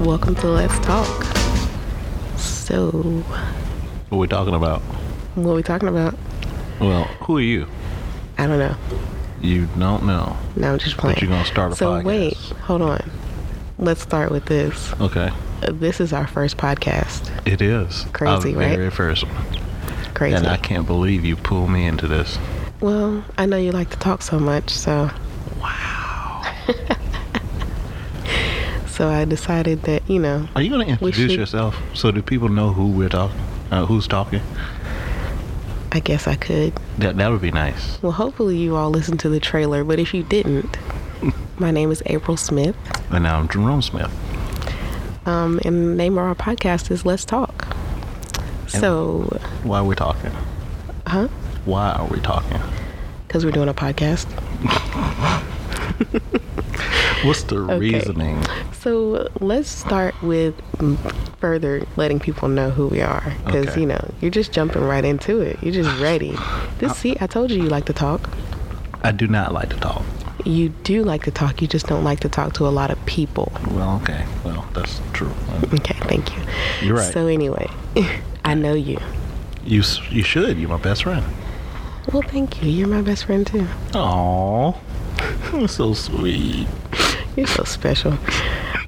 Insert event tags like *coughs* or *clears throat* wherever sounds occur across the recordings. welcome to Let's Talk. So, What we talking about? what are we talking about? Well, who are you? I don't know. You don't know. No, I'm just playing. But you're gonna start a so podcast. wait, hold on. Let's start with this. Okay. Uh, This is our first podcast. It is. Crazy, Our right? Very first one. Crazy. And I can't believe you pulled me into this. well, I know you like to talk so much, so. Wow. *laughs* so I decided that you know Are you going to introduce should- yourself so that people know who we're talking, uh, who's talking? I guess I could. That that would be nice. Well, hopefully you all listened to the trailer, but if you *laughs* didn't, my name is April Smith. And now I'm Jerome Smith. Um, and the name of our podcast is Let's Talk. So, Why are we talking? huh? Why are we talking? Because we're doing a podcast. What's the Okay. reasoning? So let's start with mm, further letting people know who we are. Because, Okay. you know, you're just jumping right into it. You're just ready. This, see, I told you you like to talk. I do not like to talk. You do like to talk. You just don't like to talk to a lot of people. Well, okay. Well, that's true. Uh, Okay, thank you. You're right. So anyway, *laughs* I know you. You s- you should. You're my best friend. Well, thank you. You're my best friend too. Aww. *laughs* so sweet. You're so special.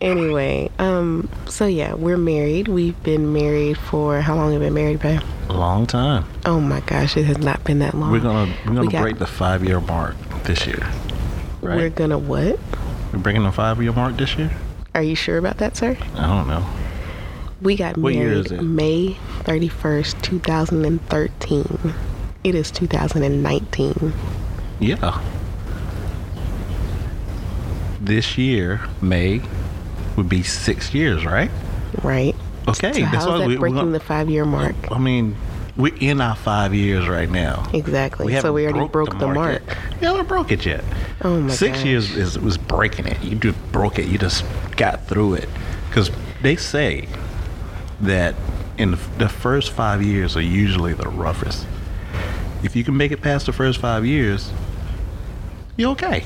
Anyway, um, so yeah, we're married. We've been married for how long have we been married, babe? Long time. Oh my gosh, it has not been that long. We're gonna we're gonna We got- break the five year mark this year. Right? We're gonna what? We're breaking the five year mark this year. Are you sure about that, sir? I don't know. We got What year married is it? May 31st, 2013. It is 2019. Yeah. This year, May, would be six years, right? Right. Okay, so how's that we, we're breaking gonna, the five-year mark? I mean, we're in our five years right now. Exactly. so haven't we already broke, the, mark. yet. Yeah, we broke it yet. Oh my Six gosh. years is was breaking it. You just broke it. You just got through it. Because they say that in the- the first five years are usually the roughest. If you can make it past the first five years, you're okay.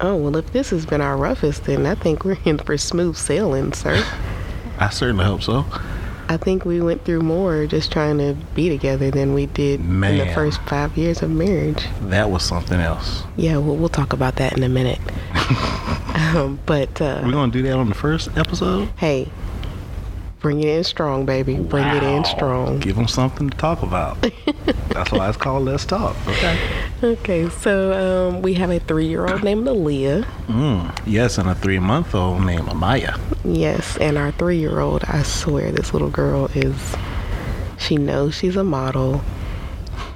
Oh well, if this has been our roughest, then I think we're in for smooth sailing, *laughs* sir. I certainly hope so. I think we went through more just trying to be together than we did in the Man. first five years of marriage. That was something else. Yeah, well, we'll talk about that in a minute. um, but We're uh, gonna do that on the first episode. hey, bring it in strong, baby. Bring it in strong. Give them something to talk about. *laughs* That's why it's called Let's Talk. Okay. Okay, so um, we have a three-year-old named Aaliyah. Yes, and a three month old named Amaya. Yes, and our three-year-old. I swear, this little girl is. She knows she's a model.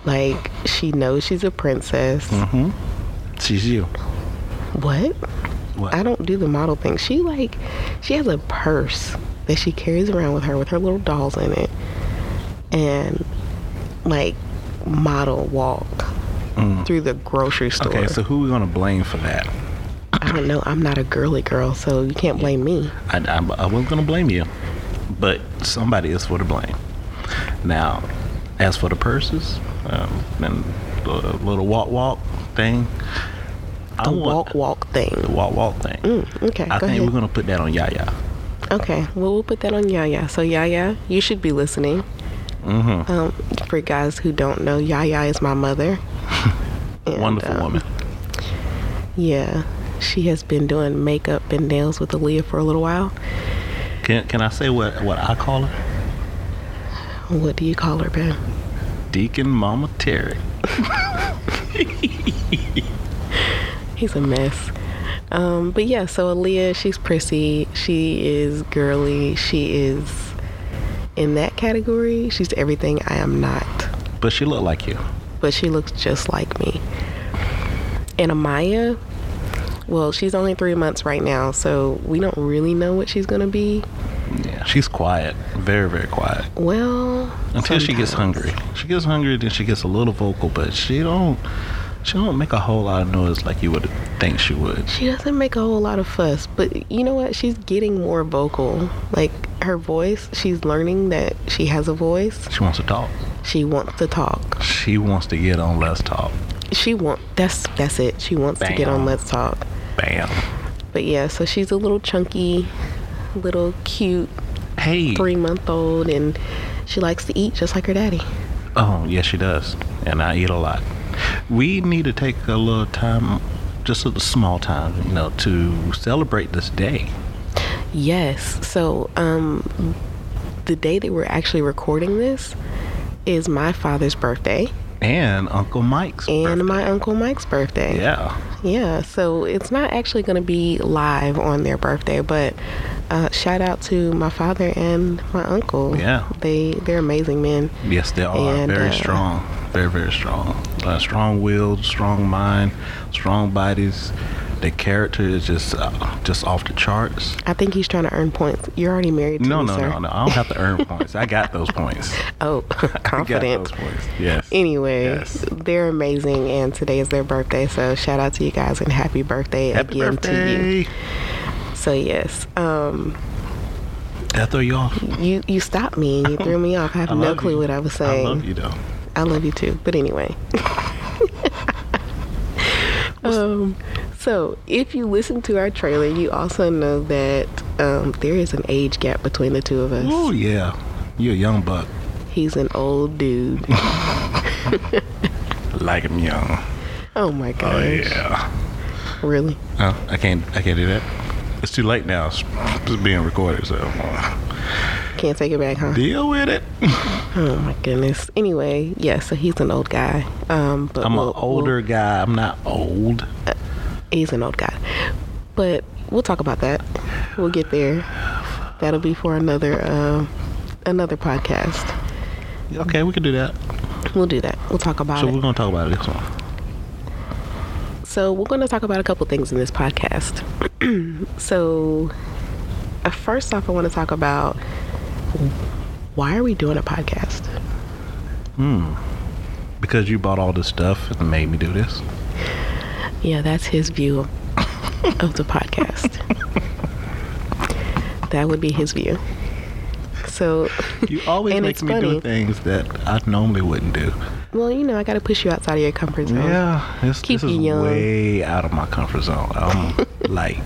Like she knows she's a princess. She's you. What? What? I don't do the model thing. She like she has a purse that she carries around with her with her little dolls in it. And like model walk through the grocery store. Mm. Okay, so who we gonna blame for that? I don't know. I'm not a girly girl, so you can't blame me. I, I, I wasn't gonna blame you, but somebody is for the blame. Now, as for the purses um, and the little walk walk thing, I The walk want- walk the thing. walk walk thing. Okay, I go think ahead. we're gonna put that on Yaya. Okay, well we'll put that on Yaya. So Yaya, you should be listening. Mm-hmm. Um, for guys who don't know, Yaya is my mother. And, Wonderful um, woman. Yeah, she has been doing makeup and nails with Aaliyah for a little while. Can can I say what what I call her? What do you call her, babe? Deacon Mama Terry. He's a mess. Um, but yeah, so Aaliyah, she's prissy. She is girly. She is in that category. She's everything I am not. But she looked like you. but she looks just like me. And Amaya, well, she's only three months right now, so we don't really know what she's gonna be. Yeah, she's quiet. Very very quiet. Well, until she gets sometimes. hungry. She gets hungry, then she gets a little vocal, but she don't she don't make a whole lot of noise like you would think she would. She doesn't make a whole lot of fuss, but you know what? She's getting more vocal. Like her voice, she's learning that she has a voice. She wants to talk. She wants to talk. She wants to get on Let's Talk. She want that's that's it. She wants to get on Bam. Let's Talk. Bam. But yeah, so she's a little chunky, little cute Hey. three month old, and she likes to eat just like her daddy. Oh, yes, she does. And I eat a lot. We need to take a little time, just a small time, you know, to celebrate this day. Yes. So, um, the day that we're actually recording this is my father's birthday And Uncle Mike's. and birthday. my uncle Mike's birthday. Yeah. Yeah, so it's not actually going to be live on their birthday, but uh, shout out to my father and my uncle. Yeah. they they're amazing men. Yes, they are And, very uh, strong. Very, very strong. Uh, strong willed, strong mind, strong bodies. Their character is just uh, just off the charts. I think he's trying to earn points. You're already married to No, me, no, sir. no, no. I don't have to earn points. I got those *laughs* points. Oh, *laughs* I got confidence. those points. Yes. Anyway, Yes. they're amazing, and today is their birthday. So shout out to you guys and happy birthday Happy again to you. birthday. So yes, um, Did I throw you off? you you stopped me *laughs* and you threw me off. I have I no love clue you. what I was I saying. love you, though. I love you too. But *laughs* anyway. um, so, if you listen to our trailer, you also know that um, there is an age gap between the two of us. Oh, yeah. You're a young buck. He's an old *laughs* dude. Like I'm young. Oh my gosh. Oh, yeah. Really? Oh, I can't, I can't do that. It's too late now. It's, it's being recorded, so. uh, Can't take it back, huh? Deal with it. Oh my goodness. Anyway, yeah, so he's an old guy. Um, but I'm we'll- an older guy. I'm not old. we'll- he's an old guy. But we'll talk about that. We'll get there. That'll be for another um another podcast. Okay, we can do that. We'll do that. We'll talk about So it. we're gonna talk about this one. so we're going to talk about a couple things in this podcast. *clears throat* so uh, first off, I want to talk about why are we doing a podcast? Because you bought all this stuff and made me do this. Yeah, that's his view of the *laughs* podcast. that would be his view. So, You always And make it's me funny. do things that I normally wouldn't do. well, you know, I got to push you outside of your comfort zone. Yeah, this, Keep this is you young. way out of my comfort zone. *laughs* I'm like,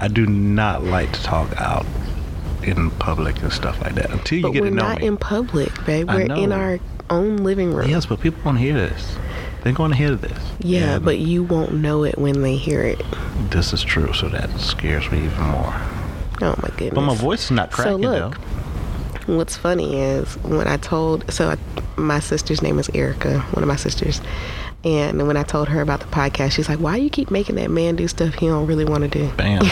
I do not like to talk out in public and stuff like that until you But get we're to know not me. in public, babe. I We're in know. our own living room. yes, but people want to hear this. They're going to hear this. Yeah, And but you won't know it when they hear it. this is true, so that scares me even more. Oh my goodness. But my voice is not So cracking look, What's funny is when I told so I, my sister's name is Erica, one of my sisters, and when I told her about the podcast, she's like, "Why do you keep making that man do stuff he don't really want to do?" though. Bam.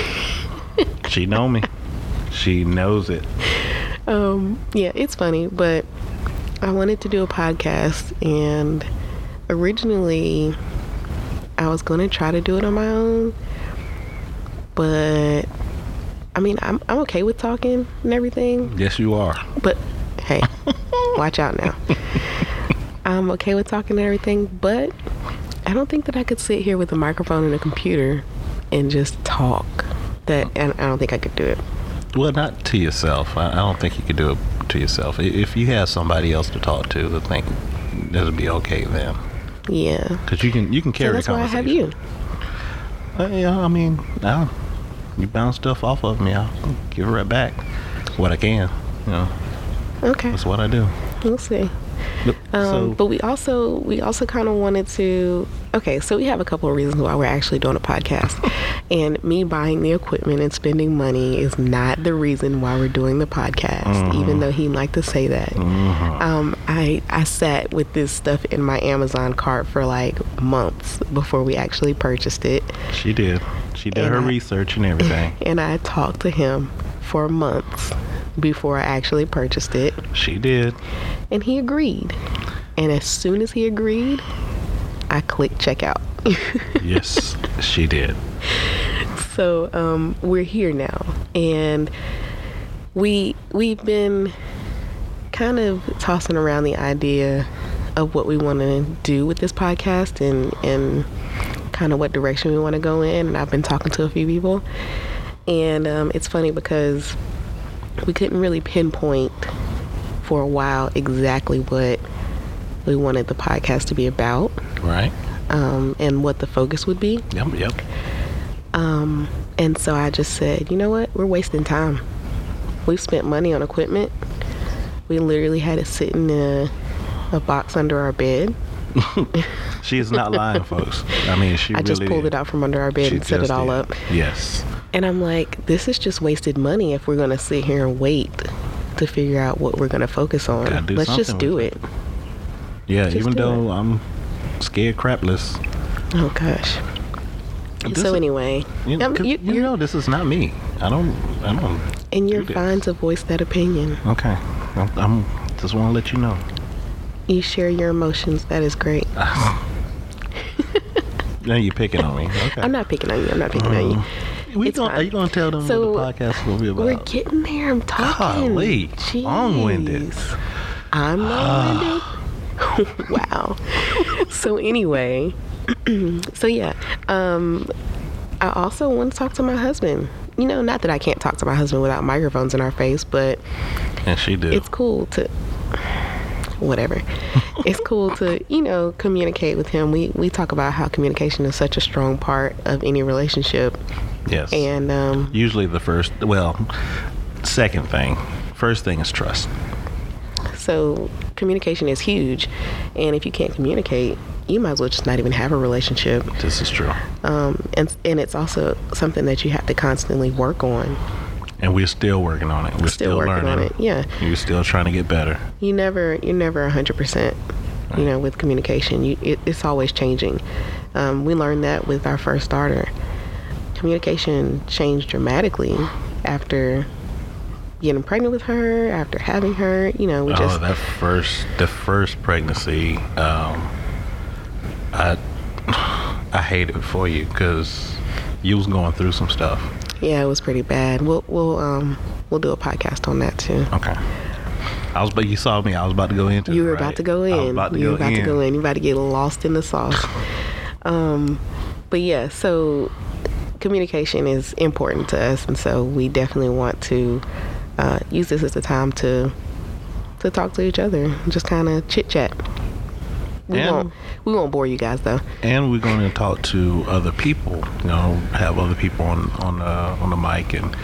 she know me. She knows it. Um, yeah, it's funny, but I wanted to do a podcast, and originally I was going to try to do it on my own, but I mean, I'm I'm okay with talking and everything, Yes, you are. But hey, watch out now. I'm okay with talking and everything, but I don't think that I could sit here with a microphone and a computer and just talk. That and I don't think I could do it. Well, not to yourself. I, I don't think you could do it to yourself. I- If you have somebody else to talk to, I think that'll be okay then. Yeah. Because you can you can So carry that's the why I have you. conversation. Uh, yeah, I mean, I, you bounce stuff off of me. I'll give it right back what I can. You know, Okay. that's what I do. We'll see. Look, Um, so but we also we also kind of wanted to. Okay, so we have a couple of reasons why we're actually doing a podcast, and me buying the equipment and spending money is not the reason why we're doing the podcast. Even though he liked to say that, um, I I sat with this stuff in my Amazon cart for like months before we actually purchased it, she did. She did and her I- research and *coughs* everything. and I talked to him for months before I actually purchased it. she did. and he agreed. And as soon as he agreed, I clicked checkout. Yes, she did. so um, we're here now, and we we've been kind of tossing around the idea of what we want to do with this podcast and and kind of what direction we want to go in. And I've been talking to a few people, and um, it's funny because we couldn't really pinpoint for a while exactly what we wanted the podcast to be about Right? um, and what the focus would be. Yep, yep. And so I just said, you know what? We're wasting time. We've spent money on equipment. We literally had it sitting in a, a box under our bed. She is not lying, folks. I mean, she I really just pulled it did. out from under our bed She and set it just all did. up. Yes. And I'm like, this is just wasted money if we're going to sit here and wait to figure out what we're going to focus on. Gotta do Let's just something do with it. Yeah, Just even do though I'm scared crapless. Oh, gosh. This so, is- anyway, You, um, 'cause you- you know, this is not me. I don't. I don't. and you're do this. fine to voice that opinion. Okay. I'm, I'm just want to let you know. You share your emotions. That is great. Now you're picking *laughs* on me. Okay. I'm not picking on you. I'm not picking on you. We it's gonna, fine. Are you going to tell them So, what the podcast is going to be We're about? getting there. I'm talking. Golly, long-winded. Ah. Jeez. I'm long winded. *laughs* wow. so anyway, *clears throat* so yeah, um, I also want to talk to my husband. You know, not that I can't talk to my husband without microphones in our face, but and she did. it's cool to whatever *laughs* it's cool to you know communicate with him we we talk about how communication is such a strong part of any relationship Yes. and um Usually the first, well, second thing. First thing is trust. So communication is huge, and if you can't communicate, you might as well just not even have a relationship. This is true. Um, and and it's also something that you have to constantly work on. And we're still working on it. We're Still still, working on learning. it, yeah. We're still trying to get better. You never you're never hundred percent. You know, with communication, you, it, it's always changing. Um, we learned that with our first daughter. Communication changed dramatically after getting pregnant with her, after having her. You know, we oh, just that first, the first pregnancy, um, I, I hate it for you because you was going through some stuff. yeah, it was pretty bad. We'll we'll um we'll do a podcast on that too. Okay. I was, but you saw me. I was about to go into. You it, were right? about to go I in. was about to you go were about in. to go in. You about to get lost in the sauce. *laughs* um, but yeah, so communication is important to us, and so we definitely want to uh, use this as a time to to talk to each other, and just kind of chit chat. We And- won't we won't bore you guys though. and we're going to talk to other people. You know, have other people on on uh, on the mic and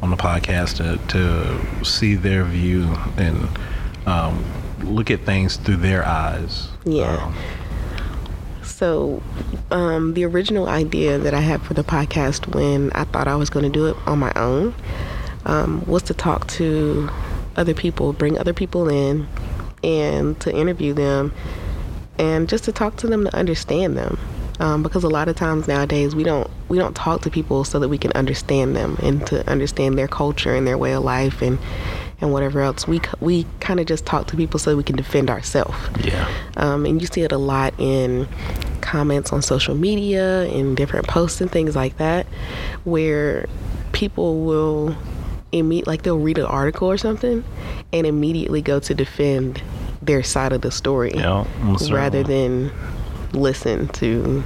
on the podcast to to see their view and um, look at things through their eyes. Yeah. Um, So, um, the original idea that I had for the podcast when I thought I was going to do it on my own um, was to talk to other people, bring other people in, and to interview them, and just to talk to them to understand them. Um, because a lot of times nowadays we don't we don't talk to people so that we can understand them and to understand their culture and their way of life and and whatever else we c- we kind of just talk to people so we can defend ourselves yeah. um, and you see it a lot in comments on social media in different posts and things like that where people will imme- like they'll read an article or something and immediately go to defend their side of the story Yeah, most rather certainly. than listen to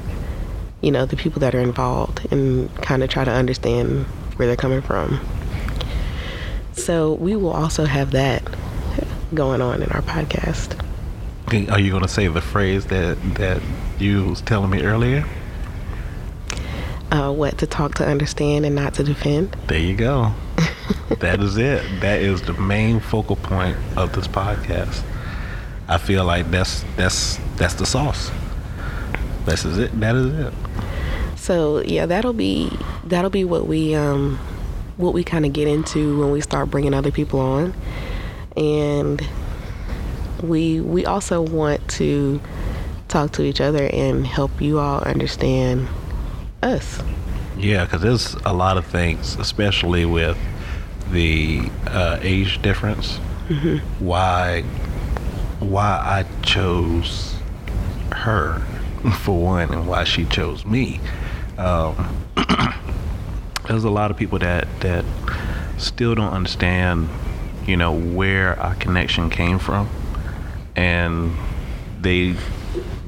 you know the people that are involved and kind of try to understand where they're coming from so we will also have that going on in our podcast Okay, Are you going to say the phrase that that you was telling me earlier? uh, what to talk to understand and not to defend. There you go. that is it. That is the main focal point of this podcast. I feel like that's that's that's the sauce. This is it. That is it. So yeah, that'll be that'll be what we um, what we kind of get into when we start bringing other people on, and we we also want to talk to each other and help you all understand us. Yeah, because there's a lot of things, especially with the uh, age difference. Why, why I chose her *laughs* for one, and why she chose me. Um, *clears throat* there's a lot of people that that still don't understand, you know, where our connection came from, and they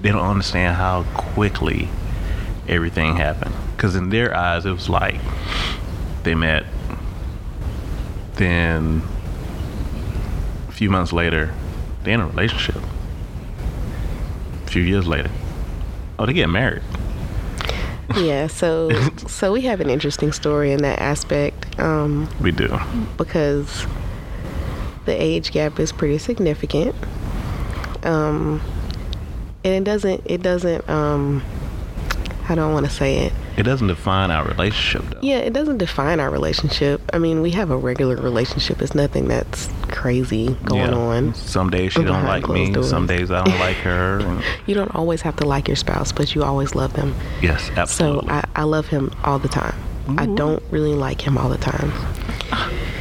they don't understand how quickly everything happened. Because in their eyes, it was like they met, then a few months later, they're in a relationship. A few years later, oh, they get married. yeah, so so we have an interesting story in that aspect um, We do. because the age gap is pretty significant, um, and it doesn't it doesn't um, I don't want to say it. It doesn't define our relationship, though. Yeah, it doesn't define our relationship. I mean, we have a regular relationship. It's nothing that's crazy going Yeah. on. Some days she don't Behind like closed me. doors. Some days I don't like her. and- You don't always have to like your spouse, but you always love them. yes, *laughs* absolutely. So I, I love him all the time. Mm-hmm. I don't really like him all the time.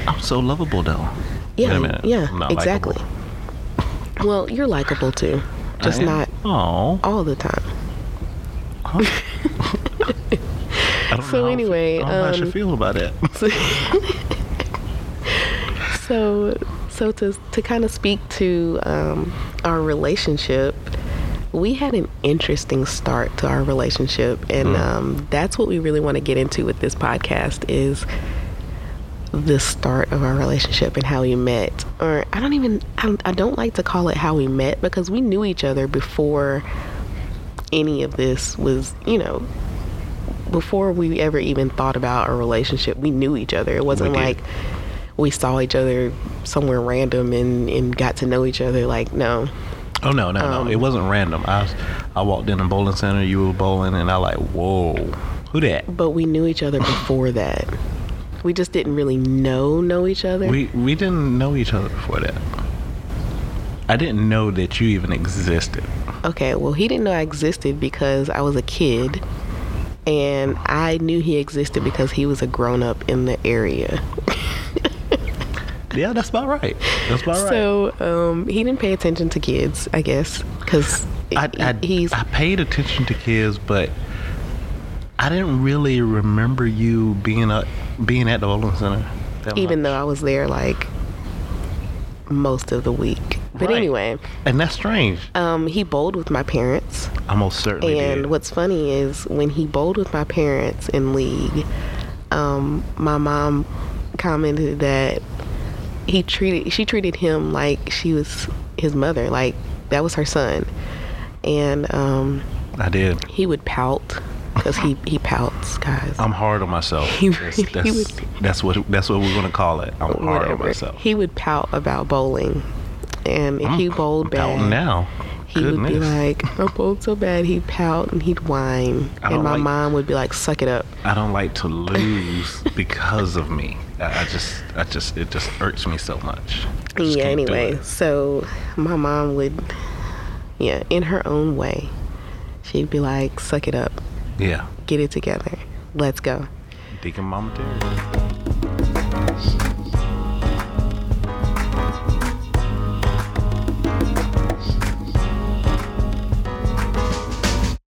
I'm so lovable, though. Yeah, Wait a minute. yeah, I'm not exactly. Well, you're likable too, just not *laughs* Oh. all the time. So anyway, I don't know how I um, should feel about it. So, so, so to to kind of speak to um, our relationship, we had an interesting start to our relationship, and um, that's what we really want to get into with this podcast is the start of our relationship and how we met or i don't even I don't, I don't like to call it how we met because we knew each other before any of this was you know before we ever even thought about a relationship we knew each other it wasn't did. like we saw each other somewhere random and, and got to know each other like no Oh no, no, no! It wasn't random. I was, I walked in a bowling center. You were bowling, and I like, whoa, who that? but we knew each other *laughs* before that we just didn't really know know each other We we didn't know each other before that. I didn't know that you even existed. Okay, well, he didn't know I existed because I was a kid, and I knew he existed because he was a grown up in the area. Yeah, that's about right. That's about right. So um, he didn't pay attention to kids, I guess, because I, I, he's I paid attention to kids, but I didn't really remember you being a, being at the bowling center. that even much. though I was there like most of the week. But Right. anyway, and that's strange. um, he bowled with my parents. I most certainly And Oh, did. what's funny is when he bowled with my parents in league, um, my mom commented that he treated she treated him like she was his mother, like that was her son, and um, I did. he would pout because he he pouts, guys. I'm hard on myself. He that's, really that's, would- that's what that's what we're gonna call it. I'm hard on myself. He would pout about bowling, and if he bowled Out bad, now. he would be like, "I bowled so bad." He'd pout and he'd whine, I and don't my like- mom would be like, "Suck it up." I don't like to lose *laughs* because of me. I, I just, I just, it just irks me so much. I just yeah can't do anyway it. so my mom would yeah in her own way she'd be like suck it up Yeah, get it together let's go Deacon Mama did.